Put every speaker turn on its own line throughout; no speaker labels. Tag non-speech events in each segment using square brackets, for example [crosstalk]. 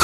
ค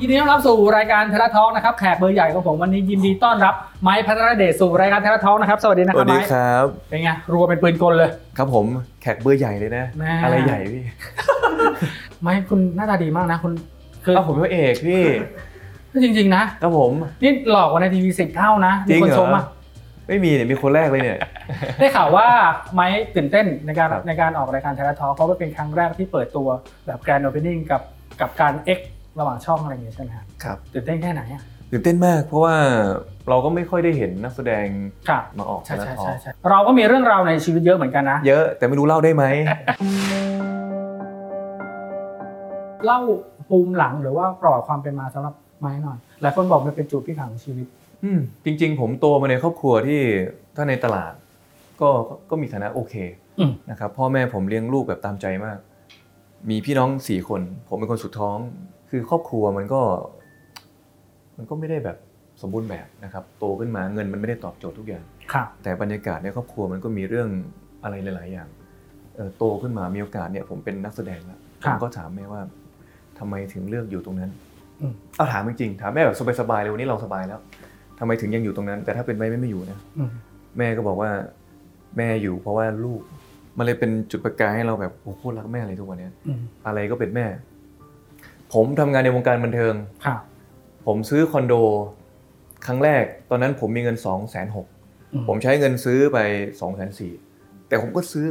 ยินดีต้อนรับสู่รายการเทเลทอล์กนะครับแขกเบอร์ใหญ่ของผมวันนี้ยินดีต้อนรับไม้พัทรเดชสู่รายการเทเลทอล์กนะครับสวัสดีนะ
ส
ครั
วั
บ
สดี
ไม้
ครับ
เป็นไงรัวเป็นปืนกลเลย
ครับผมแขกเบอร์ใหญ่เลยนะ
แม่
อะไรใหญ่พี่
ไม้คุณหน้าตาดีมากนะคุณคือ
เอาผมเป็นพระเอกพี่
จริง ๆ นะครับ
ผม
นี่หลอกกว่าในทีวีสิบเท่านะ
จ
มี
ริ
คน
งเหร
ช
อ
มอ่ะ
ไม่มีเนี่ยมีคนแรกเลยเนี่ย
ได้ข่าวว่าไม้ตื่นเต้นในการ
ครับ
ในการออกรายการเทเลทอล์กเพราะว่าเป็นครั้งแรกที่เปิดตัวแบบแกรนด์โอเพนนิ่งกับกับการเอ็กระหว่างช่องอะไรอย่างเงี้ยใช่ไหมครับ
ครับ
ตื่นเต้นแค่ไหนอ่ะ
ตื่นเต้นมาก เพราะว่าเราก็ไม่ค่อยได้เห็นนักแสดง
ครับ
มาออก
ใช่ใช่
ทอ
ใช่ใช่เราก็มีเรื่องราวในชีวิตเยอะเหมือนกันนะ
เยอะแต่ไม่รู้เล่าได้ไหม
เล่าภูมิหลังหรือว่าประวัติความเป็นมาสำหรับไม้หน่อยหลายคนบอกมันเป็นจุดพลิกผันของชีวิต
อืมจริง ๆ ผมโตมาในครอบครัวที่ถ้าในตลาด ก็ก็มีฐานะโอเค
อืม
นะครับพ่อแม่ผมเลี้ยงลูกแบบตามใจมาก มีพี่น้องสี่คน ผมเป็นคนสุดท้อง คือครอบครัวมันก็ มันก็ไม่ได้แบบสมบูรณ์แบบนะครับ โตขึ้นมาเงินมันไม่ได้ตอบโจทย์ทุกอย่าง
ครับ
แต่บรรยากาศในครอบครัวมันก็มีเรื่องอะไรหลาย ๆ อย่างเอ่อโตขึ้นมามีโอกาสเนี่ยผมเป็นนักแสดงแล้วผมก็ถามแม่ว่าทำไมถึงเลือกอยู่ตรงนั้น
อืม
เอาถามจริงๆถามแม่แบบสบาย ๆ เลยวันนี้เราสบายแล้วทำไมถึงยังอยู่ตรงนั้น แต่ถ้าเป็นแม่ไม่ไม่อยู่นะ
อืม
แม่ก็บอกว่าแม่อยู่เพราะว่าลูก มันเลยเป็นจุดประกายให้เราแบบโอ้โหโคตรรักแม่เลยทุกวันเนี้ย
อืม
อะไรก็เป็นแม่ ผมทำงานในวงการบันเทิง
ครับ
ผมซื้อคอนโด ครั้งแรก ตอนนั้นผมมีเงิน2องแสนหก
อื
ผมใช้เงินซื้อไป2องแสนสี่แต่ผมก็ซื้อ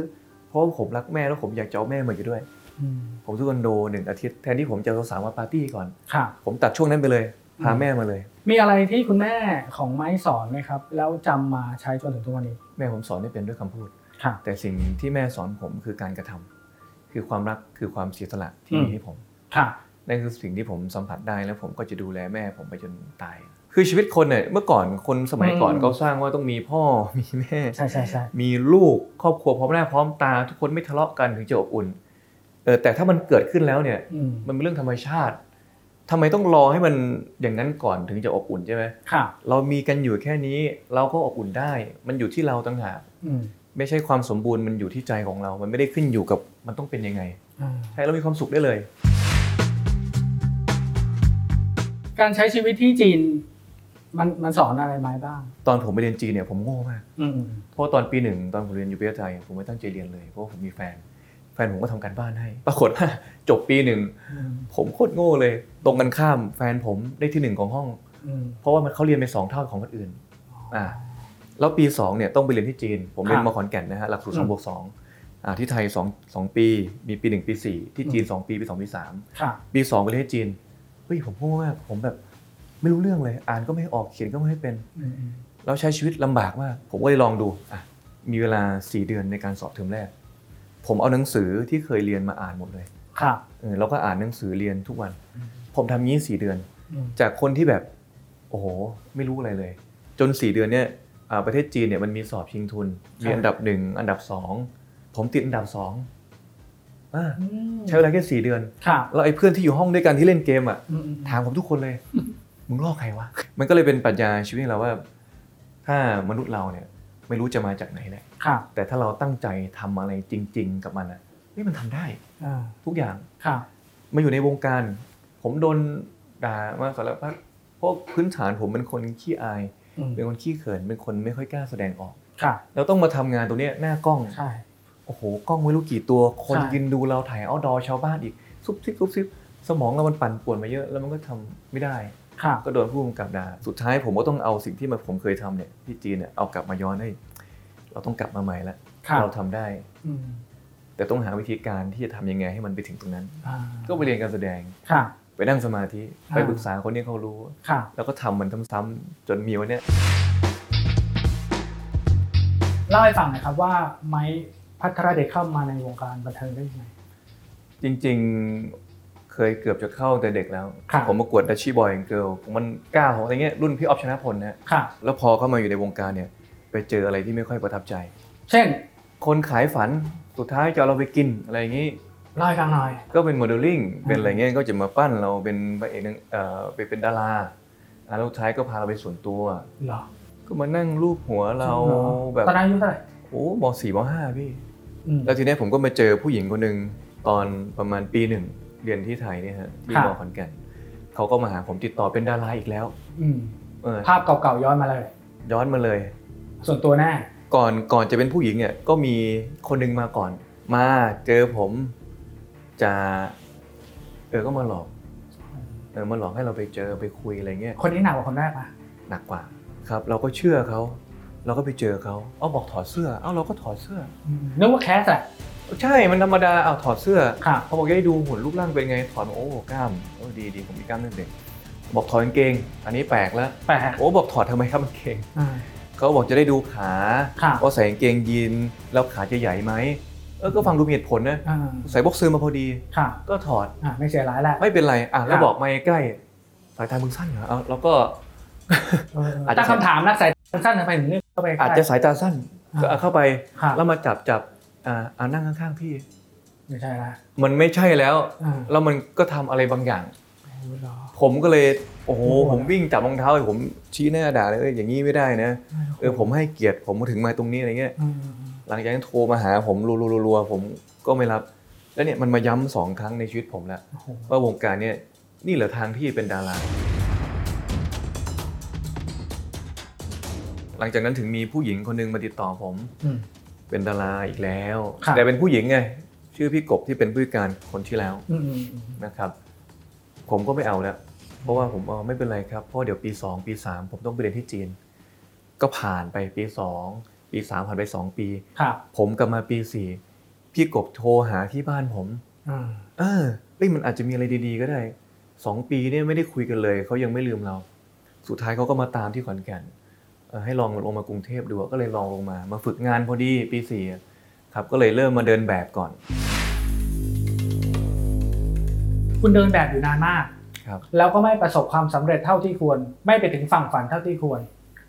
เพราะผมรักแม่แล้วผมอยากจะเอาแม่มาอยู่ด้วย
อืม
ผมซื้อคอนโดหนึ่งอาทิตย์แทนที่ผมจะเอาสาวมาปาร์ตี้ก่อน
ครับ
ผมตัดช่วงนั้นไปเลย พา
อืม
แม่มาเลย
มีอะไรที่คุณแม่ของไม้สอนไหมครับ แล้วจำมาใช้จนถึงทุกวันนี้
แม่ผมสอนให้เป็นด้วยคำพูด
ครับ
แต่สิ่งที่แม่สอนผมคือการกระทำคือความรักคือความเสียสละที่
อืม
มีให้ผม
ค่ะ
นั่นคือสิ่งที่ผมสัมผัสได้แล้วผมก็จะดูแลแม่ผมไปจนตาย คือชีวิตคนเนี่ยเมื่อก่อนคนสมัยก่อน
อืม
เขาสร้างว่าต้องมีพ่อ [laughs] มีแม่
ใช่ใช่ใช่
มีลูกครอบครัวพร้อมหน้าพร้อมตา ทุกคนไม่ทะเลาะกันถึงจะอบอุ่นเออแต่ถ้ามันเกิดขึ้นแล้วเนี่ย
อืม
มันเป็นเรื่องธรรมชาติทำไมต้องรอให้มันอย่างนั้นก่อนถึงจะอบอุ่นใช่ไหม
ค่ะ
เรามีกันอยู่แค่นี้เราก็อบอุ่นได้ มันอยู่ที่เราต่างหาก
อืม
ไม่ใช่ความสมบูรณ์มันอยู่ที่ใจของเรา มันไม่ได้ขึ้นอยู่กับมันต้องเป็นยังไง
อ่า
ใช่เรามีความสุขได้เลย
การใช้ชีวิตที่จีน มันมันสอนอะไรไม้บ้าง
ตอนผมไปเรียนจีนเนี่ยผมโง่มาก
อืม
เพราะว่าตอนปีหนึ่งตอนผมเรียนอยู่ประเทศไทยผมไม่ตั้งใจเรียนเลยเพราะว่าผมมีแฟน แฟนผมก็ทำการบ้านให้ ปรากฏว่า [laughs] จบปีหนึ่ง
อืม
ผมโคตรโง่เลย ตรงกันข้ามแฟนผมได้ที่หนึ่งของห้อง
อืม
เพราะว่ามันเขาเรียนไปสองเท่าของคนอื่นอ่าแล้วปีสองเนี่ยต้องไปเรียนที่จีน ผมเรี
ค
ย
รั
น
บ
มาขอนแก่นนะฮะหลักสูตรส
อื
อ
ม
งบวกสองอ่าที่ไทยสองสองปีมีปีหนึ่งปีสี่ที่จีน
อืม
สองปีปีสองปีสาม
ค่ะ
ปีสองไปเรียนที่จีนเฮ้ยผมโง่มากผมแบบไม่รู้เรื่องเลย อ่านก็ไม่ออกเขียนก็ไม่ให้เป็น
อืมอืม
แล้วใช้ชีวิตลำบากมาก ผมก็เลยลองดูอ่ะมีเวลาสี่เดือนในการสอบเทอมแรก ผมเอาหนังสือที่เคยเรียนมาอ่านหมดเลย
ค่ะ
เออแล้วก็อ่านหนังสือเรียนทุกวัน ผมทำงี้สี่เดือน
อืม
จากคนที่แบบโอ้โหไม่รู้อะไรเลย จน 4 เดือนเนี่ยอ่าประเทศจีนเนี่ยมันมีสอบชิงทุน มีอันดับหนึ่งอันดับสองผมติดอันดับสองอ่า
อืม
ใช้เวลาแค่สี่เดือน
ค่ะ
แล้วไอ้เพื่อนที่อยู่ห้องด้วยกันที่เล่นเกมอ่ะ
อืมอืม
ถามผมทุกคน [laughs] เลย มึงลอกใครวะ มันก็เลยเป็นปรัชญาชีวิตของเราว่า ถ้ามนุษย์เราเนี่ยไม่รู้จะมาจากไหนแหละ
ค่ะ
แต่ถ้าเราตั้งใจทำอะไรจริง ๆ กับมันอ่ะนี่มันทำได้
อ่า
ทุกอย่าง
ค่ะ
มาอยู่ในวงการ ผมโดนด่ามาสารพัดเพราะพื้นฐานผมเป็นคนขี้อาย
อืม
เป็นคนขี้เขิน เป็นคนไม่ค่อยกล้าแสดงออก
ค่ะ
แล้วต้องมาทำงานตรงเนี้ยหน้ากล้อง
ใช่
โอ้โห กล้องไม่รู้กี่ตัว คน
ใช่
ยืนดูเราถ่ายเอาดอชาวบ้านอีก ซุบซิบซุบซิบสมองเรามันปั่นป่วนมาเยอะ แล้วมันก็ทำไม่ได้
ค่ะ
ก็โดนผู้กำกับด่า สุดท้ายผมก็ต้องเอาสิ่งที่มาผมเคยทำเนี่ยที่จีนเนี่ยเอากลับมาย้อนให้ เราต้องกลับมาใหม่ละ
ค่ะ
เราทำได้
อืม
แต่ต้องหาวิธีการที่จะทำยังไงให้มันไปถึงตรงนั้น
อ่า
ก็ไปเรียนการแสดง
ค่ะ
ไปนั่งสมาธิ
อ่า
ไปปรึกษาคนที่เขารู้
ค่ะ
แล้วก็ทำมันซ้ำๆจนมีวันเนี้ย
เล่าให้ฟังหน่อยครับว่าไม้พัทรเดชเข้ามาในวงการบันเทิงได้ยังไง
จริง ๆ เค เคยเกือบจะเข้าแต่เด็กแล้ว
ครับ
ผมประกวดดัชชี่บอยแองเกิลผมมันก้าวอะไรเงี้ยรุ่นพี่ออฟชนะพลนะฮะ
ค่ะ
แล้วพอเข้ามาอยู่ในวงการเนี่ยไปเจออะไรที่ไม่ค่อยประทับใจ
เช่น
คนขายฝันสุดท้ายจะเอาเราไปกินอะไรอย่างนี้
เล่าให้ฟังหน่อย
ก็เป็นโมเดลลิ่ง
อืม
เป็นอะไรเงี้ยก็จะมาปั้นเราเป็นพระเอกนางเอ่อไปเป็นดาราอ่ะแล้วสุดท้ายก็พาเราไปส่วนตัว
เหรอ
ก็มานั่งรูปหัวเราแบบ
ตอนนั้นอายุเท่าไหร่
โอ้มสี่มห้าพี่
อืม
แล้วทีเนี้ยผมก็มาเจอผู้หญิงคนหนึ่งตอนประมาณปีหนึ่งเรียนที่ไทยเนี่ยฮะที่
ค่ะ
มอขอนแก่นเขาก็มาหาผมติดต่อเป็นดาราอีกแล้ว
อืม
เออ
ภาพเก่าๆย้อนมาเลย
ย้อนมาเลย
ส่วนตัวแน่
ก่อนก่อนจะเป็นผู้หญิงเนี่ยก็มีคนหนึงมาก่อน มาเจอผมจะเออก็มาหลอกเออมาหลอกให้เราไปเจอไปคุยอะไรเงี้ย
คนนี้หนักกว่าคนแรกปะ
หนักกว่าครับ เราก็เชื่อเขา เราก็ไปเจอเขาเอาบอกถอดเสื้อเอาเราก็ถอดเสื้อ
อืมนึกว่าแคสแหละ
ใช่มันธรรมดาเอาถอดเสื้อ
ค่ะ
เขาบอกจะให้ดูหุ่นรูปร่างเป็นไงถอดโอ้กล้ามโอ้ดีดีผมมีกล้ามตั้งแต่เด็กบอกถอดกางเกง อันนี้แปลกแล้ว
แปลก
โอ้บอกถอดทำไมครับกางเกง
อ่า
เขาบอกจะได้ดูขา
ค่ะ
ว่าใส่กางเกงยีนแล้วขาจะใหญ่ไหมเออก็ฟังดูมีเหตุผลนะ
อ่า
ใส่บ็อกเซอร์มาพอดี
ค่ะ
ก็ถอด
อ่าไม่เสียร้ายแหละ
ไม่เป็นไรอ่ะแล้ว
ค่ะ
บอกไม่ใกล้สายตามึงสั้นเหรอเอาแล้วก็
เออ
อาจจะ
ตั้งคำถามนักสายสั้นทำไมถึงเลือกเข้าไป
อาจจะสายตาสั้นก็เอาเข้าไป
ค่ะ
แล้วมาจับจับอ่าอ่านั่งข้างๆพี่
ไม่ใช่ละ
มันไม่ใช่แล้ว
อ่า
แล้วมันก็ทำอะไรบางอย่าง
โอ้เหรอ
ผมก็เลยโอ้โห
โอ้โห
ผมวิ่งจับรองเท้าผมชี้หน้าด่าเลยเอ้ยอย่างนี้ไม่ได้นะเออผมให้เกียรติผมถึงมาตรงนี้อะไรเงี้ย
อืม
หลังจากนั้นโทรมาหาผมรัวๆๆๆผมก็ไม่รับ แล้วเนี่ยมันมาย้ำสองครั้งในชีวิตผมแล้ว
โอ้โห
ว่าวงการเนี่ยนี่เหรอทางที่เป็นดาราหลังจากนั้นถึงมีผู้หญิงคนหนึงมาติดต่อผม
อืม
เป็นดาราอีกแล้ว
ค่ะ
แต่เป็นผู้หญิงไงชื่อพี่กบที่เป็นผู้จัดการคนที่แล้ว
อืมอืมอืม
นะครับผมก็ไม่เอาแล้ว เพราะว่าผมเอาไม่เป็นไรครับ เพราะเดี๋ยวปี 2 ปี 3 ผมต้องไปเรียนที่จีน ก็ผ่านไปปี 2 ปี 3 ผ่านไป 2 ปี
ครับ
ผมกลับมาปี 4 พี่กบโทรหาที่บ้านผม
อ่า
เออเอ้ยมันอาจจะมีอะไรดีๆก็ได้ 2 ปีเนี่ยไม่ได้คุยกันเลย เขายังไม่ลืมเรา สุดท้ายเขาก็มาตามที่ขอนแก่นเออให้ลองลงมากรุงเทพดูก็เลยลองลงมา มาฝึกงานพอดีปี4ครับก็เลยเริ่มมาเดินแบบก่อน
คุณเดินแบบอยู่นานมาก
ครับ
แล้วก็ไม่ประสบความสำเร็จเท่าที่ควร ไม่ไปถึงฝั่งฝันเท่าที่ควร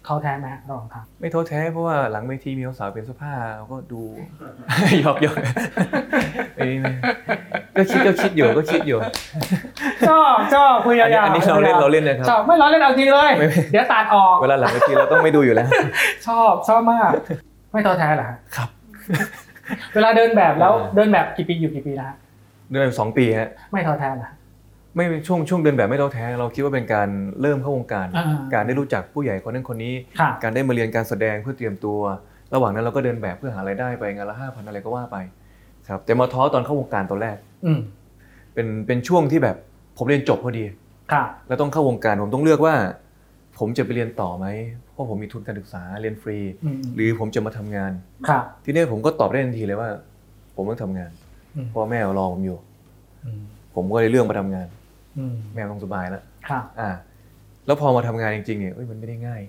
ท้อแท้ไหมฮะรองครับ
ไม่ท้อแท้เพราะว่าหลังเวทีมีสาวๆเป็นเสื้อผ้าเราก็ดู [laughs] หยอกหยอก [laughs] เอ้ยไม่ก็คิดก็คิดอยู่ก็คิดอยู่
[laughs] ชอบชอบคุย
อันนี้
ยาวๆ
อันนี้เราเล่นเราเล่นนะค
ช
รั
อบ บไม่ล้อเล่นเอาจริงเลย
ไม่ไม่
เดี๋ยวตัดออก
เวลาหลังเวทีเราต้องไม่ดูอยู่แล้ว [laughs]
ชอบชอบมาก ไม่ท้อแท้เหรอฮะ
ครับ
[laughs] เวลาเดินแบบ
[laughs]
แล้ว
อ่า
เดินแบบกี่ปีอยู่กี่ปีนะฮะ
เดินแบบสองปีฮะ
ไม่ท้อแท้เหรอฮะ
ไม่ช่วงช่วงเดินแบบไม่ท้อแท้เราคิดว่าเป็นการเริ่มเข้าวงการ
อ่า
การได้รู้จักผู้ใหญ่คนนั้นคนนี้
ค่ะ
การได้มาเรียนการแสดงเพื่อเตรียมตัว ระหว่างนั้นเราก็เดินแบบเพื่อหารายได้ไปงานละห้าพันอะไรก็ว่าไปครับแต่มาท้อตอนเข้าวงการตอนแรก
อืม
เป็นเป็นช่วงที่แบบผมเรียนจบพอดี
ค่ะ
แล้วต้องเข้าวงการผมต้องเลือกว่า ผมจะไปเรียนต่อไหมเพราะผมมีทุนการศึกษาเรียนฟรี
อืม
หรือผมจะมาทำงาน
ค่ะ
ทีเนี้ยผมก็ตอบได้ทันทีเลยว่า ผมต้องทำงาน
อืม
พ่อแม่รอผมอยู่
อืม
ผมก็เลยเลือกมาทำงาน
อืม
แม่ต้องสบายแล้ว
ค่ะ
อ่า แล้วพอมาทำงานจริงๆเนี่ยเอ้ยมันไม่ได้ง่าย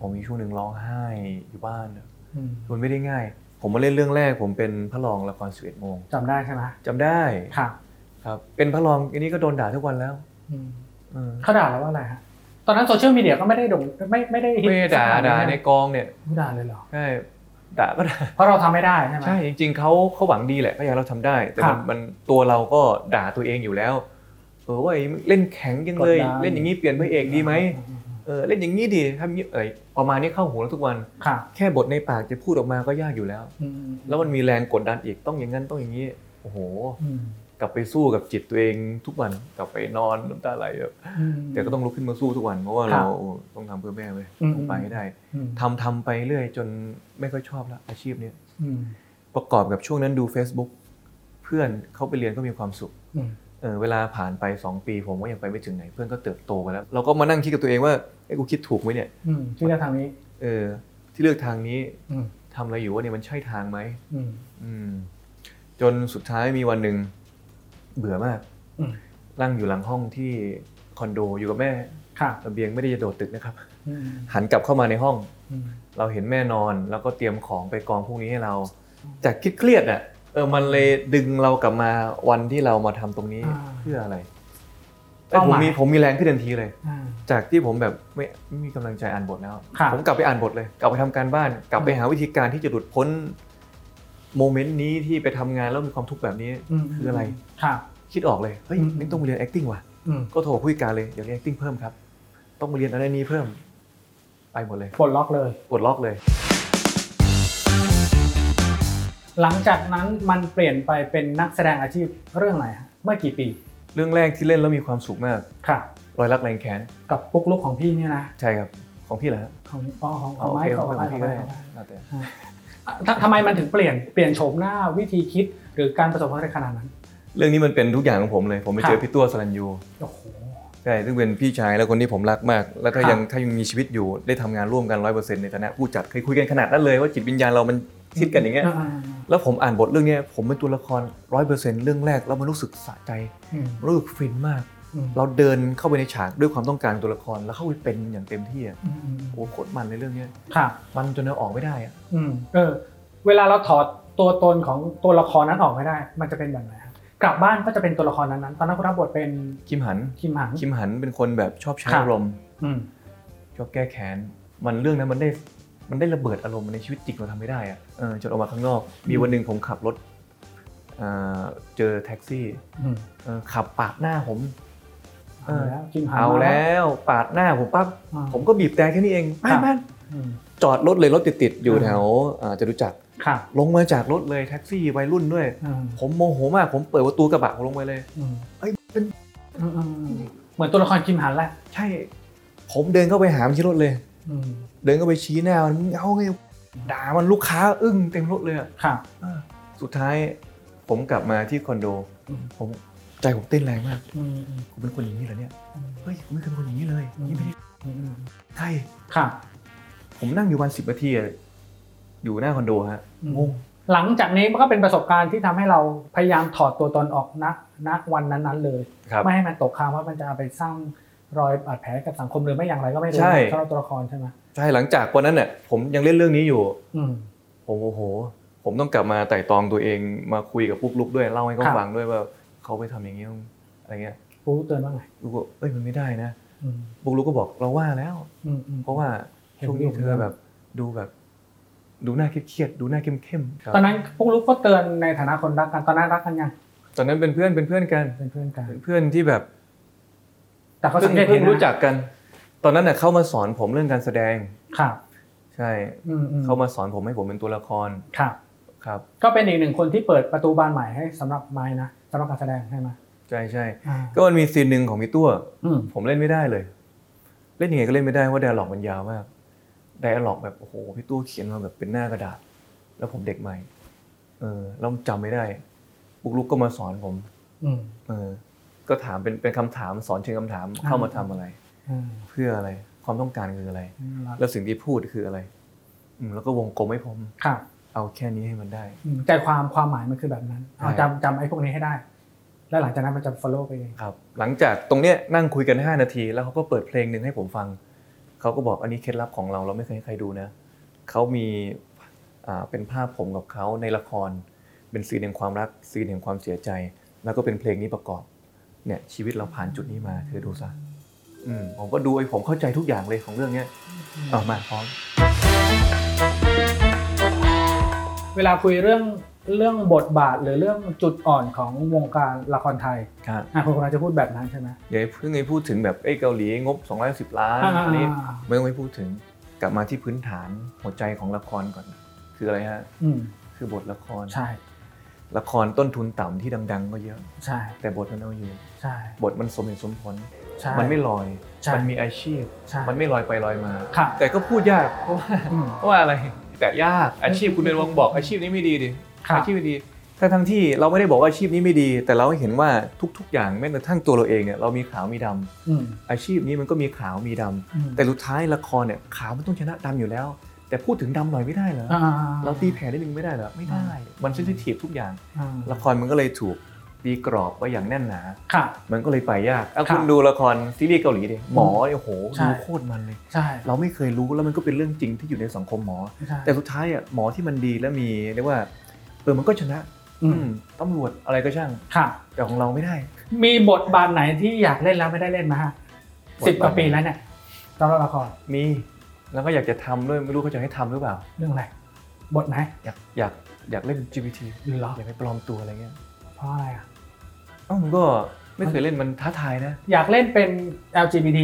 ผมมีช่วงหนึ่งร้องไห้อยู่บ้านอะ
อืม
มันไม่ได้ง่าย ผมมาเล่นเรื่องแรก ผมเป็นพระรองละครสิบเอ็ดโมง
จำได้ใช่ไหม
จำได้
ค่ะ
ครับ เป็นพระรองอันนี้ก็โดนด่าทุกวันแล้ว
อืม
เออ
เขาด่าแล้วว่าอะไรฮะตอนนั้นโซเชียลมีเดียก็ไม่ได้โด่งไม่ไม่ได้ฮิต
ไม่ได้ด่า
ข
ด่า
ะ
ในกองเนี่ย
ไม่ด่าเลยเหรอ
ใช่ด่าก็ด่า
เพราะเราทำไม่ได้ใช่ไหม
ใช่จริงๆเขาเขาหวังดีแหละพยายามเราทำได้ แต่มัน
ค่ะ
มันตัวเราก็ด่าตัวเองอยู่แล้วเออว่าไอ้เล่นแข็งยังเลย
กดดัน
เล่นอย่างนี้เปลี่ยนพระเอกดีไหมเออเล่นอย่างนี้ดีทำอย่างนี้เอยประมาณนี้เข้าหูเราทุกวัน
ค่ะ
แค่บทในปากจะพูดออกมาก็ยากอยู่แล้ว
อืม
แล้วมันมีแรงกดดันอีกต้องอย่างนั้นต้องอย่างนี้โอ้โห
อืม
กลับไปสู้กับจิตตัวเองทุกวันกลับไปนอนน้ำตาไหลแบบ
อืม
แต่ก็ต้องลุกขึ้นมาสู้ทุกวันเพราะว่า
ค่ะ
เราต้องทำเพื่อแม่เลย
อืม
ต้องไปให้ได้
อืม
ทำทำไปเรื่อยจนไม่ค่อยชอบละอาชีพเนี้ย
อืม
ประกอบกับช่วงนั้นดู Facebook เพื่อนเขาไปเรียนก็มีความสุข
อืม
เออเวลาผ่านไป 2 ปีผมก็ยังไปไม่ถึงไหน เพื่อนก็เติบโตกันแล้ว เราก็มานั่งคิดกับตัวเองว่าไอ้ยกูคิดถูกไหมเนี่ย
อืมที่เลือกทางนี้
เออที่เลือกทางนี้
อืม
ทำอะไรอยู่วะเนี่ยมันใช่ทางไหม
อืม
อืมจนสุดท้ายมีวันหนึ่งเบื่อมาก
อืม
นั่งอยู่หลังห้องที่คอนโดอยู่กับแม่
ค่ะ
ระเบียงไม่ได้จะโดดตึกนะครับ
อืม
หันกลับเข้ามาในห้อง
อืม
เราเห็นแม่นอน แล้วก็เตรียมของไปกองพวกนี้ให้เรา จากคิดเครียดอ่ะ เออมันเลยดึงเรากลับมาวันที่เรามาทำตรงนี้
อ่า
เพื่ออะไรแต่
เป้า
ผ
ห
ม
มาย
มีผมมีแรงขึ้นทันทีเลย
อ่า
จากที่ผมแบบไม่ไม่มีกำลังใจอ่านบทแล้ว
ครับ
ผมกลับไปอ่านบทเลย กลับไปทำการบ้าน กลับไปหาวิธีการที่จะหลุดพ้นโมเมนต์นี้ที่ไปทำงานแล้วมีความทุกข์แบบนี้
ม
คืออะไร
ครับ
คิดออกเลยเฮ้ย
อืม
นี่ต้องไปเรียน acting ว่ะ
อืม
ก็โทรคุยการเลยเดี๋ยวเรียน acting เพิ่มครับ ต้องไปเรียนอะไรนี้เพิ่ม ไปหมดเลย
ปลดล็อกเลย
กดล็อกเลย
หลังจากนั้นมันเปลี่ยนไปเป็นนักแสดงอาชีพเรื่องอะไรฮะเมื่อกี่ปี
เรื่องแรกที่เล่นแล้วมีความสุขมาก
ครับ
รอยรักแรงแค้น
กับปุ๊กลุกของพี่เนี่ยนะ
ใช่ครับของพี่เหรอฮะ
ของอ๋อของข
อ๋อ
อง
โอ
ไม้
เค
ข
ข
อ
อง ง
ไม้ขอ
พี่
ง
ก็
ไม้
ได้
ของไม้
แล้วแต่
อ่ะทำทำไมมันถึงเปลี่ยนเปลี่ยนโฉมหน้าวิธีคิดหรือการประสบความสำเร็จขนาดนั้น
เรื่องนี้มันเป็นทุกอย่างของผมเลย ผมไปเจ
ครั
อบ พี่ตัวสรัญยู
โอ้โห
ใช่ซึ่งเป็นพี่ชายและคนที่ผมรักมาก แล้วถ้า
ครับ
ยังถ้ายังมีชีวิตอยู่ได้ทำงานร่วมกันร้อยเปอร์เซ็นต์ในฐานะผู้จัดเคยคุยกันขนาดนั้นเลยว่าจิตวิญญาณเรามันชิดกันอย่างเงี้ย
อ่า
แล้วผมอ่านบทเรื่องเนี้ยผมเป็นตัวละครร้อยเปอร์เซ็นต์เรื่องแรกแล้วมันรู้สึกสะใจ
อืม
รู้สึกฟินมาก
อืม
เราเดินเข้าไปในฉากด้วยความต้องการของตัวละครแล้วเข้าไปเป็นอย่างเต็มที่อะ
อืมอืม
โอ้โหโคตรมันในเรื่องเนี้ย
ครับ
มันจนเราออกไม่ได้อะ
อืมเออเวลาเราถอดตัวตนของตัวละครนั้นออกไม่ได้ มันจะเป็นแบบไหนครับกลับบ้านก็จะเป็นตัวละครนั้นนั้นๆตอนนั้นคุณรับบทเป็น
คิมหัน
คิมหัง
คิมหันเป็นคนแบบชอบใช้
ครับ
อารมณ์
อืม
ชอบแก้แค้น มันเรื่องนั้นมันได้มันได้ระเบิดอารมณ์ในชีวิตจริงเราทำไม่ได้อะเออจนออกมาข้างนอก มีวันหนึ่งผมขับรถเอ่อเจอแท็กซี่
อืม
เออขับปาดหน้าผมเอ
เอา
อ
แล้วคิมหัง
เอา
ม
แล้ว ปาดหน้าผมปั๊บ
อ่า
ผมก็บีบแต่แค่นี้เอง
ครั
ไม่
บ
ไม่
อืม
จอดรถเลยรถติดๆอยู่
อ่า
แถวเอ่อจตุจักร
ครับ
ลงมาจากรถเลยแท็กซี่วัยรุ่นด้วย
อืม
ผมโมโหมากผมเปิดประตูกระบะผมลงไปเลย
อืม
เอ้ยเป็น
อืมอืมอืมเหมือนตัวละครกิมหันแหละ
ใช่ ผมเดินเข้าไปหามนที่รถเลย
อืม
เดินก็ไปชี้หน้ามันมึงเอาไงด่ามันลูกค้าอึ้งเต็มรถเลยอะ
ครับ
สุดท้ายผมกลับมาที่คอนโด
อืม
ผมใจผมเต้นแรงมาก
อืมอืม
ผมเป็นคนอย่างนี้เหรอเนี่ย
อืม
เฮ้ยผมไม่เคยเป็นคนอย่างนี้เลยนี่ไม่ได้
อืมอืม
ใช่
ครับ
ผมนั่งอยู่วันสิบนาทีอะอยู่หน้าคอนโดฮะงง
หลังจากนี้มันก็เป็นประสบการณ์ที่ทำให้เราพยายามถอดตัวตนออกณณวันนั้นๆเลย
ครับ
ไม่ให้มันตกค้างว่ามันจะไปสร้างรอยบาดแผลกับสังคมหรือไม่อย่างไรก็ไม่รู้
ใช่
สำหรับตัวละครใช่ไหม
ใช่หลังจากวันนั้นเนี่ยผมยังเล่นเรื่องนี้อยู่
อืม
ผมโอ้โห ผมต้องกลับมาไต่ตองตัวเองมาคุยกับปุ๊กลุกด้วยเล่าให้เขา
ครับ
ฟังด้วยว่าเขาไปทำอย่างนี้อะไรเงี้ย
รู้เตือนว่าไง
ลูกก็เอ้ยมันไม่ได้นะ
อืม
ปุ๊กลุกก็บอกเราว่าแล้ว
อืมอืม
เพราะว่า
เห็น
ช่วงนี้
ด้วย
เธอแบบดูแบบ ดูหน้าเครียดๆดูหน้าเข้มๆครับ
ตอนนั้นพวกลูกก็เตือนในฐานะคนรักกันตอนนั้นรักกันยัง
ตอนนั้นเป็นเพื่อนเป็นเพื่อนกัน
เป็นเพื่อนกัน
เป็นเพื่อนที่แบบ
แต่เขา
เพิ่
สั
ง
งเกตเห็
เพิ่
น
ง
นะ
รู้จักกัน ตอนนั้นน่ะเข้ามาสอนผมเรื่องการแสดง
ครับ
ใช่
อืมอืม
เข้ามาสอนผมให้ผมเป็นตัวละคร
ครับ
ครับ
ก็เป็นอีกหนึ่งคนที่เปิดประตูบานใหม่ให้สำหรับไม้นะสำหรับการแสดงใช่ไหม
ใช่ใช่
อ่า
ก็มันมีซีนหนึ่งของพี่ตัว
อืม
ผมเล่นไม่ได้เลย เล่นยังไงก็เล่นไม่ได้เพราะไดอะล็อกมันยาวมากไดอะล็อกแบบโอ้โหพี่ตัวเขียนมาแบบเป็นหน้ากระดาษ แล้วผมเด็กใหม่ เออแล้วจำไม่ได้ปุ๊กลุกก็มาสอนผม
อืม
เออก็ถามเป็นเป็นคำถามสอนเชิงคำถาม
อ่า
เข้ามาทำอะไร
อืม
เพื่ออะไร ความต้องการคืออะไร
รัก
แล้วสิ่งที่พูดคืออะไรอืมแล้วก็วงกลมให้ผม
ครับ
เอาแค่นี้ให้มันได้
อืมใจความความหมายมันคือแบบนั้นเอา
ใช่
จำจำไอ้พวกนี้ให้ได้ แล้วหลังจากนั้นมันจะ follow ไปเอง
ครับ หลังจากตรงเนี้ยนั่งคุยกัน 5 นาที แล้วเขาก็เปิดเพลงหนึ่งให้ผมฟัง เขาก็บอกอันนี้เคล็ดลับของเราเราไม่เคยให้ใครดูนะเขามีอ่าเป็นภาพผมกับเขาในละคร เป็นซีนแห่งความรักซีนแห่งความเสียใจ แล้วก็เป็นเพลงนี้ประกอบเนี่ยชีวิตเราผ่านจุดนี้มาเธอดูซะอืมผมก็ดูไอ้ผมเข้าใจทุกอย่างเลยของเรื่องเนี้ยเอามาพร้อม
เวลาคุยเรื่องเรื่องบทบาทหรือเรื่องจุดอ่อนของวงการละครไทย
ครับ
อ่ะคุณกำลังจะพูดแบบนั้นใช่ไหม
อย่าเพิ่งไอ้พูดถึงแบบเอ้ยเกาหลีงบ210ล้าน
อ่า
อันนี้ไม่ต้องไปพูดถึงกลับมาที่พื้นฐานหัวใจของละครก่อน คืออะไรฮะ
อืม
คือบทละคร
ใช่
ละครต้นทุนต่ำที่ดัง ๆ ก็เยอะ
ใช่
แต่บทมันเอาอยู่
ใช่
บทมันสมเหตุสมผล
ใช่
มันไม่ลอย
ใช่
มัมีอาชีพ
ใช่
มันไม่ลอยไปลอยมา
ค่ะ
แต่ก็พูดยากเพราะว่า [laughs]
อืม
เพราะว่าอะไร แต่ยากอาชีพคุณเป็นวงบอกอาชีพนี้ไม่ดีดิ
ครับ
อาชีพไม่ดีทั้งทั้งๆที่เราไม่ได้บอกว่าอาชีพนี้ไม่ดี แต่เราเห็นว่าทุก ๆ อย่างแม้กระทั่งตัวเราเองเนี่ยเรามีขาวมีดำ
อืม
อาชีพนี้มันก็มีขาวมีดำ
อืม
แต่สุดท้ายละครเนี่ยขาวมันต้องชนะดำอยู่แล้ว แต่พูดถึงดำหน่อยไม่ได้เหรอ
อ่า
เราตีแผ่นิดนึงไม่ได้เหรอไม่ได้มันเซนซิทีฟทุกอย่าง
อ่า
ละครมันก็เลยถูกตีกรอบไว้อย่างแน่นหนา
ค่ะ
มันก็เลยไปยากเอา
ครับ
คุณดูละครซีรีส์เกาหลีดิ หมอเนี่ยโอ้โห
ใช่
ดูโคตรมันเลย
ใช่
เราไม่เคยรู้แล้วมันก็เป็นเรื่องจริงที่อยู่ในสังคมหมอ
ใช่
แต่สุดท้ายอ่ะหมอที่มันดีและมีเรียกว่า เออ มันก็ชนะ
อืม
อืมตำรวจอะไรก็ช่าง
ค่ะ
แต่ของเราไม่ได้
มีบทบาทไหนที่อยากเล่นแล้วไม่ได้เล่นไหมาฮะ
บทบาท
สิบกว่าปีแล้วเนี่ยตอนรับละคร
มีแล้วก็อยากจะทำด้วยไม่รู้เขาจะให้ทำหรือเปล่า
เรื่องอะไรบทไหน
อยากอยากอยากเล่น GPT
เหรอ
อยากไปปลอมตัวอะไรเงี้ย
เพราะอะไรอ่ะ
เอ้ามันก็ไม่เคยเล่นมันท้าทายนะ
อยากเล่นเป็น LGBT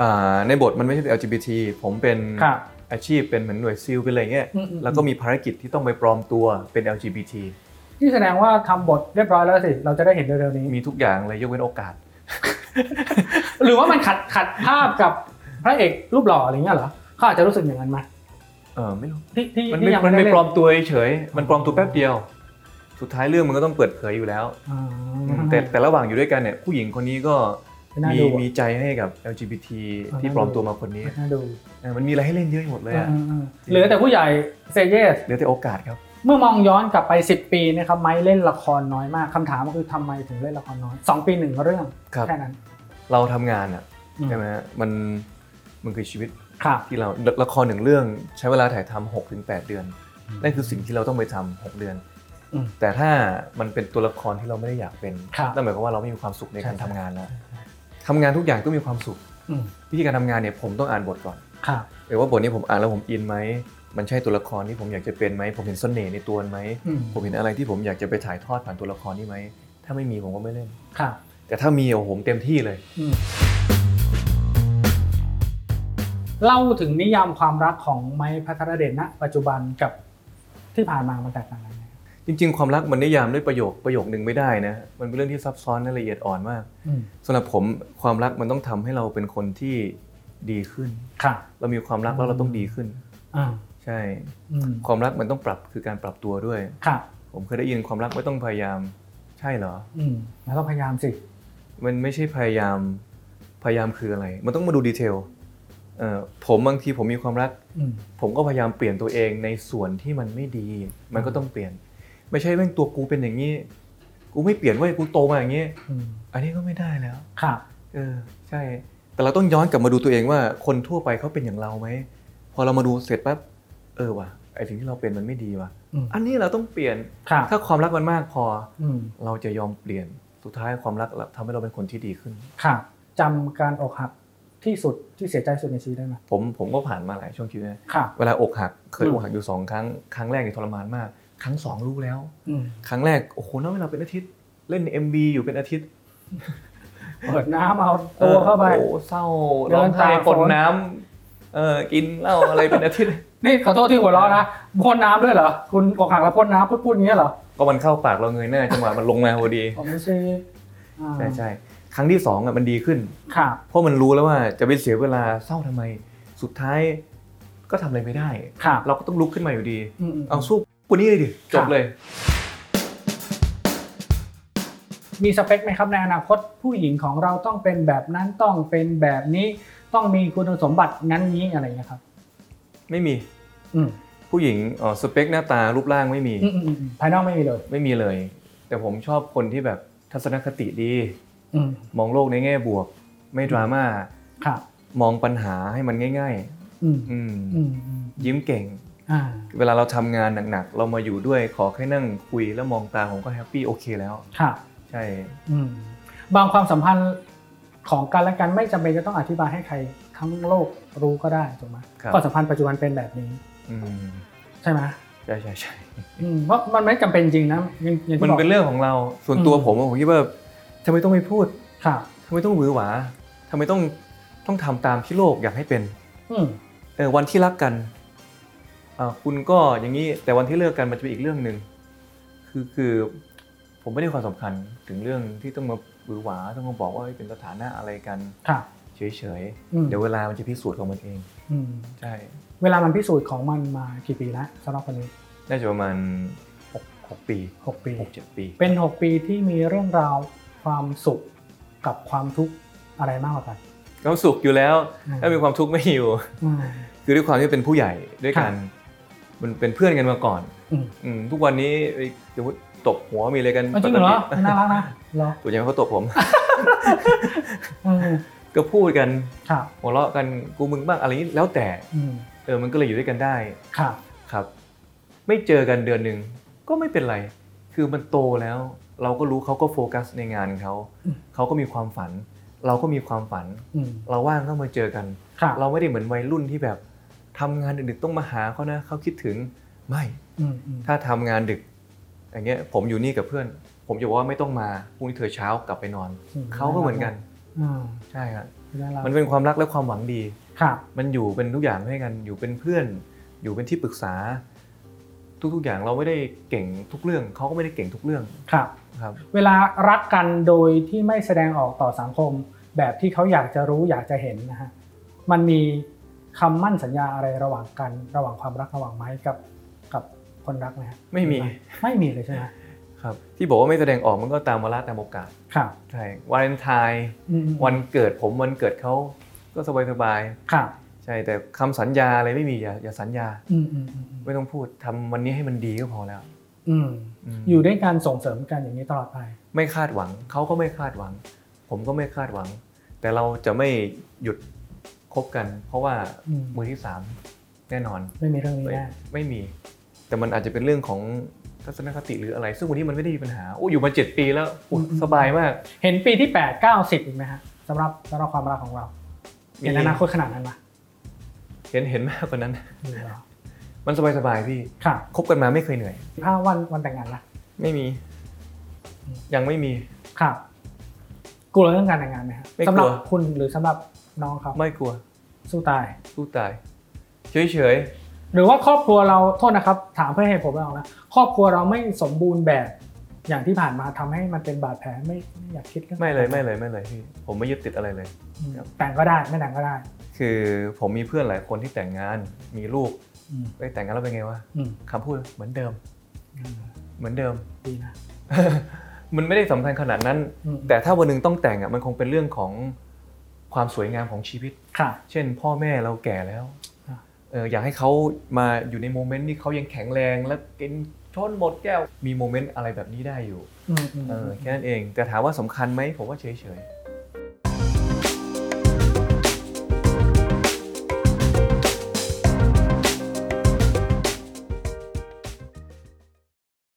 อ่าในบทมันไม่ใช่ LGBT ผมเป็น
ครับ
อาชีพเป็นเหมือนหน่วยซิลเป็นอะไรเงี้ย
อืมอืม
แล้วก็มีภารกิจที่ต้องไปปลอมตัวเป็น LGBT
ที่แสดงว่าทำบทเรียบร้อยแล้วสิ เราจะได้เห็นเร็วๆนี้
มีทุกอย่างเลยยกเว้นโอกาส
หรือว่ามันขัดขัดภาพกับพระเอกรูปหล่ออะไรเงี้ยเหรอเขาอาจจะรู้สึกอย่างนั้นไหม
เออไม่รู้
ที่ที่
มัน
ที่
ไม่
ยัง
มัน
ไม่
ไม่
ได้
ปลอ
เล่น
มตัวเฉยๆมันปลอมตัวแป๊บเดียว สุดท้ายเรื่องมันก็ต้องเปิดเผยอยู่แล้ว
อ๋อ
แต่แต่ระหว่างอยู่ด้วยกันเนี่ยผู้หญิงคนนี้ก็
น่า
มี
ดูอะ
มีใจให้กับ LGBT
อ่า
ที่
น่า
ปลอม
ดู
ตัวมาคนนี้
น่าดู
เออมันมีอะไรให้เล่นเยอะไปหมดเลยอะ
อืมอืมเหลือแต่ผู้ใหญ่เซเยส
เหลือแต่โอกาสครับ
เมื่อมองย้อนกลับไป 10 ปีนะครับไม้เล่นละครน้อยมากคำถามก็คือทำไมถึงเล่นละครน้อย 2 ปีหนึ่งเรื่อง
ครับ
แค่นั้น
เราทำงานอ่ะ
อื
ใช่ไหมฮะมันมันคือชีวิต
ครับ
ที่เราละละครหนึ่งเรื่องใช้เวลาถ่ายทำหกถึงแปดเดือนนั่นคือสิ่งที่เราต้องไปทำหกเดือน
อืม
แต่ถ้ามันเป็นตัวละครที่เราไม่ได้อยากเป็น
ครับ
นั่นหมายความว่าเราไม่มีความสุขในการ
ใช่
ทำงานแล้วทำงานทุกอย่างต้องมีความสุข
อืม
วิธีการทำงานเนี่ยผมต้องอ่านบทก่อน
ครับ
หรือว่าบทนี้ผมอ่านแล้วผมอินไหม มันใช่ตัวละครที่ผมอยากจะเป็นไหม ผมเห็นเสน่ห์ในตัวมันไหม
อืม
ผมเห็นอะไรที่ผมอยากจะไปถ่ายทอดผ่านตัวละครนี้ไหม ถ้าไม่มีผมก็ไม่เล่น
ครับ
แต่ถ้ามีโอ้โหผมเต็มที่เลย
อืมเล่าถึงนิยามความรักของไม้พัทรเดชณปัจจุบันกับที่ผ่านมามันแตกต่างกันไหม
จริง ๆ ความรักมันนิยามด้วยประโยคประโยคหนึ่งไม่ได้นะ มันเป็นเรื่องที่ซับซ้อนและละเอียดอ่อนมาก
อืม
สำหรับผมความรักมันต้องทำให้เราเป็นคนที่ดีขึ้น
ค่ะ
เรามีความรักแล้วเราต้องดีขึ้น
อ่า
ใช่
อืม
ความรักมันต้องปรับคือการปรับตัวด้วย
ค่ะ
ผมเคยได้ยินความรักไม่ต้องพยายาม ใช่เหรอ
อืมแล้วต้องพยายามสิ
มันไม่ใช่พยายาม พยายามคืออะไร มันต้องมาดูดีเทลเอ่อผมบางทีผมมีความรัก
อืม
ผมก็พยายามเปลี่ยนตัวเองในส่วนที่มันไม่ดี มันก็ต้องเปลี่ยน ไม่ใช่แม่งตัวกูเป็นอย่างนี้ กูไม่เปลี่ยนเว้ยกูโตมาอย่างนี้
อืม
อันนี้ก็ไม่ได้แล้ว
ค่ะ
เออ ใช่ แต่เราต้องย้อนกลับมาดูตัวเองว่า คนทั่วไปเขาเป็นอย่างเราไหม พอเรามาดูเสร็จปั๊บ เออว่ะ ไอ้สิ่งที่เราเป็นมันไม่ดีว่ะ
อืม
อันนี้เราต้องเปลี่ยน
ค่ะ
ถ้าความรักมันมากพอ
อืม
เราจะยอมเปลี่ยน สุดท้ายความรักทำให้เราเป็นคนที่ดีขึ้น
ค่ะจำการอกหักที่สุดที่เสียใจสุดในชีวิตได้ไหม
ผมผมก็ผ่านมาหลายช่วงชีวิตนะ
ค่ะ
เวลาอกหักเคย
อืม
อกหักอยู่สองครั้ง ครั้งแรกเนี่ยทรมานมาก ครั้งสองรู้แล้ว
อืม
ครั้งแรกโอ้โหนั่นเวลาเป็นอาทิตย์ เล่น MB อยู่เป็นอาทิตย์
เปิดน้ำเอาตัวเข้าไป
โอ้โหเศร้า
เดิ
ร้อน งไห้
ตามฝ
ป
น
นน้ำเออกินเหล้าอะไรเป็นอาทิตย์
นี่ขอโทษที่หัวเราะนะพ่นน้ำด้วยเหรอ คุณอกหักแล้วพ่นน้ำพูดพูดอย่างเงี้ยเหรอ
ก็มันเข้าปากเราเงยหน้าจังหวะมันลงมาพอดี
ผมไม่ใช่อ่า
ใช่ใช่ครั้งที่สองอ่ะมันดีขึ้น
ค่ะ
เพราะมันรู้แล้วว่าจะไปเสียเวลาเศร้าทำไม สุดท้ายก็ทำอะไรไม่ได้
ค่ะ
เราก็ต้องลุกขึ้นมาอยู่ดี
อืมอืม
เอาสู้คนนี้เลยดิจบเลย
มีสเปคไหมครับในอนาคตผู้หญิงของเราต้องเป็นแบบนั้นต้องเป็นแบบนี้ต้องมีคุณสมบัติงั้นนี้อะไรอย่างเงี้ยครับ
ไม่มี
อืม
ผู้หญิงเอ่อสเปคหน้าตารูปร่างไม่มี
อืมอืมอืมภายนอกไม่มีเลย
ไม่มีเลย แต่ผมชอบคนที่แบบทัศนคติดี
อืม
มองโลกในแง่บวก ไม่ดราม่า
ค่ะ
มองปัญหาให้มันง่าย
อืม
ๆอืม
อืมอืม
ยิ้มเก่ง
อ่า
เวลาเราทำงานหนักๆ เรามาอยู่ด้วยขอแค่นั่งคุยแล้วมองตาผมก็แฮปปี้โอเคแล้ว
ค่ะ
ใช่
อืมบางความสัมพันธ์ของกันและกันไม่จำเป็นจะต้องอธิบายให้ใครทั้งโลกรู้ก็ได้ถูกไหมความสัมพันธ์ปัจจุบันเป็นแบบนี้
อืม
ใช่ไหม
ใช่ใช่ใช่
อืมเพราะมันไม่จำเป็นจริงนะยังยังที่
มัน
บอก
เป็นเรื่องของเราส่วนตัว
อืม
ผมอะผมคิดว่าทำไมต้องไม่พูด
ค่ะ
ทำไมต้องหวือหวาทำไมต้องต้องทำตามที่โลกอยากให้เป็น
อืม
เออวันที่รักกันอ่าคุณก็อย่างนี้แต่วันที่เลิกกันมันจะเป็นอีกเรื่องหนึ่งคือคือผมไม่ได้ความสำคัญถึงเรื่องที่ต้องมาหวือหวาต้องมาบอกว่าเฮ้ยเป็นสถานะอะไรกัน
ค่ะ
เฉย
อืม
ๆเดี๋ยวเวลามันจะพิสูจน์ของมันเอง
อืม
ใช่
เวลามันพิสูจน์ของมันมากี่ปีแล้วสำหรับคนนี้
น่าจะประมาณหกหกปี
หกปี
หกเจ็ดปี
เป็นหกปีที่มีเรื่องราวความสุขกับความทุกข์อะไรมากกว่ากัน
ความสุขอยู่แล้ว
อืม
ถ้ามีความทุกข์ไม่ [laughs] อยู่
อืม
คือด้วยความที่เป็นผู้ใหญ่ด้วยกัน
ค่ะ
มันเป็นเพื่อนกันมาก่อน
อืม
อืมทุกวันนี้ไอ้เดี๋ยวตบหัวมีอะไรกัน
เอาจริงเหรอน่ารักนะเหรอ
ส่วนใหญ่เขาตบผม [laughs]
อืม
ก็พูดกัน
ค่ะ
หัวเราะกันกูมึงบ้างอะไรนี้แล้วแต่
อืม
เออมันก็เลยอยู่ด้วยกันได้
ค่ะ
ครับ ไม่เจอกันเดือนหนึ่งก็ไม่เป็นไร คือมันโตแล้ว เราก็รู้เขาก็โฟกัสในงานเขา
อืม
เขาก็มีความฝัน เราก็มีความฝัน
อืม
เราว่างก็มาเจอกัน
ครับ
เราไม่ได้เหมือนวัยรุ่นที่แบบทำงานดึกๆต้องมาหาเขานะเขาคิดถึงไม่
อืมอืม
ถ้าทำงานดึก อย่างเงี้ยผมอยู่นี่กับเพื่อน ผมจะบอกว่าไม่ต้องมาพรุ่งนี้เธอเช้ากลับไปนอน
อื
เขาก็เหมือนกัน
อ่า
ใช่ครับ
น่ารัก
มันเป็นความรักและความหวังดี
ครับ
มันอยู่เป็นทุกอย่างให้กันอยู่เป็นเพื่อน อยู่เป็นที่ปรึกษา ทุกๆอย่างเราไม่ได้เก่งทุกเรื่องเขาก็ไม่ได้เก่งทุกเรื่อง
ครับ
ครับ
เวลารักกันโดยที่ไม่แสดงออกต่อสังคม แบบที่เขาอยากจะรู้อยากจะเห็นนะฮะมันมีคำมั่นสัญญาอะไรระหว่างกันระหว่างความรักระหว่างไม้กับกับคนรักไหมฮะ
ไม่มี
ไม่มีเลยใช่ไหมฮะ
ครับ ที่บอกว่าไม่แสดงออกมันก็ตามเวลาตามโอกาส
ครับ
ใช่วาเลนไทน์
อืม
วันเกิดผมวันเกิดเขาก็สบาย
ครับ
ๆใช่แต่คำสัญญาอะไรไม่มีอย่าอย่าสัญญา
อืมอืมอืมอืม
ไม่ต้องพูดทำวันนี้ให้มันดีก็พอแล้ว
อืม
ม
อยู่ด้วยการส่งเสริมกันอย่างนี้ตลอดไป
ไม่คาดหวังเขาก็ไม่คาดหวัง ผมก็ไม่คาดหวัง แต่เราจะไม่หยุดคบกัน เพราะว่า
อืม
มือที่สามแน่นอน
ไม่มีเรื่องนี้
ไม่
แน่
ไม่มี แต่มันอาจจะเป็นเรื่องของทัศนคติหรืออะไร ซึ่งวันนี้มันไม่ได้มีปัญหาโอ้อยู่มาเจ็ดปีแล้วอุ๊ยสบายมาก
เห็นปีที่8 9 10อีกไหมฮะสำหรับสำหรับความรักของเราเห็นอนาคตขนาดนั้นปะ
เห็นเห็นมากกว่านั้น
หรือเปล่า
มันสบายสบายๆพี่
ครับ
คบกันมาไม่เคยเหนื่อย
ถ้าวันวันแต่งงานล่ะ
ไม่มี ยังไม่มี
ครับกลัวเรื่องการแต่งงานไหมครับ
ไม่กลัว
สำหรับคุณหรือสำหรับน้องเขา
ไม่กลัว
สู้ตาย
สู้ตายเฉยเฉย
หรือว่าครอบครัวเราโทษนะครับ ถามเพื่อให้ผมเอานะครอบครัวเราไม่สมบูรณ์แบบอย่างที่ผ่านมาทำให้มันเป็นบาดแผลไม่ไม่อยากคิดรื่อง
ๆไม่เลยไม่เลยไม่เลยพี่ผมไม่ยึดติดอะไรเลย
อืมแต่งก็ได้ไม่แต่งก็ได้
คือผมมีเพื่อนหลายคนที่แต่งงาน มีลูก
อืม
เอ้ยแต่งงานแล้วเป็นไงวะ
อืม
คำพูดเหมือนเดิม เหมือนเดิม
ดีนะ
มันไม่ได้สำคัญขนาดนั้น
อืม
แต่ถ้าวันหนึ่งต้องแต่งอ่ะมันคงเป็นเรื่องของความสวยงามของชีวิต
ครับ
เช่น พ่อแม่เราแก่แล้ว
อ่ะ
เอออยากให้เขามาอยู่ในโมเมนต์ที่เขายังแข็งแรงและกินชนหมดแก้วมีโมเมนต์อะไรแบบนี้ได้อยู่
อืมอืม
เออแค่นั้นเองแต่ถามว่าสำคัญไหมผมว่าเฉย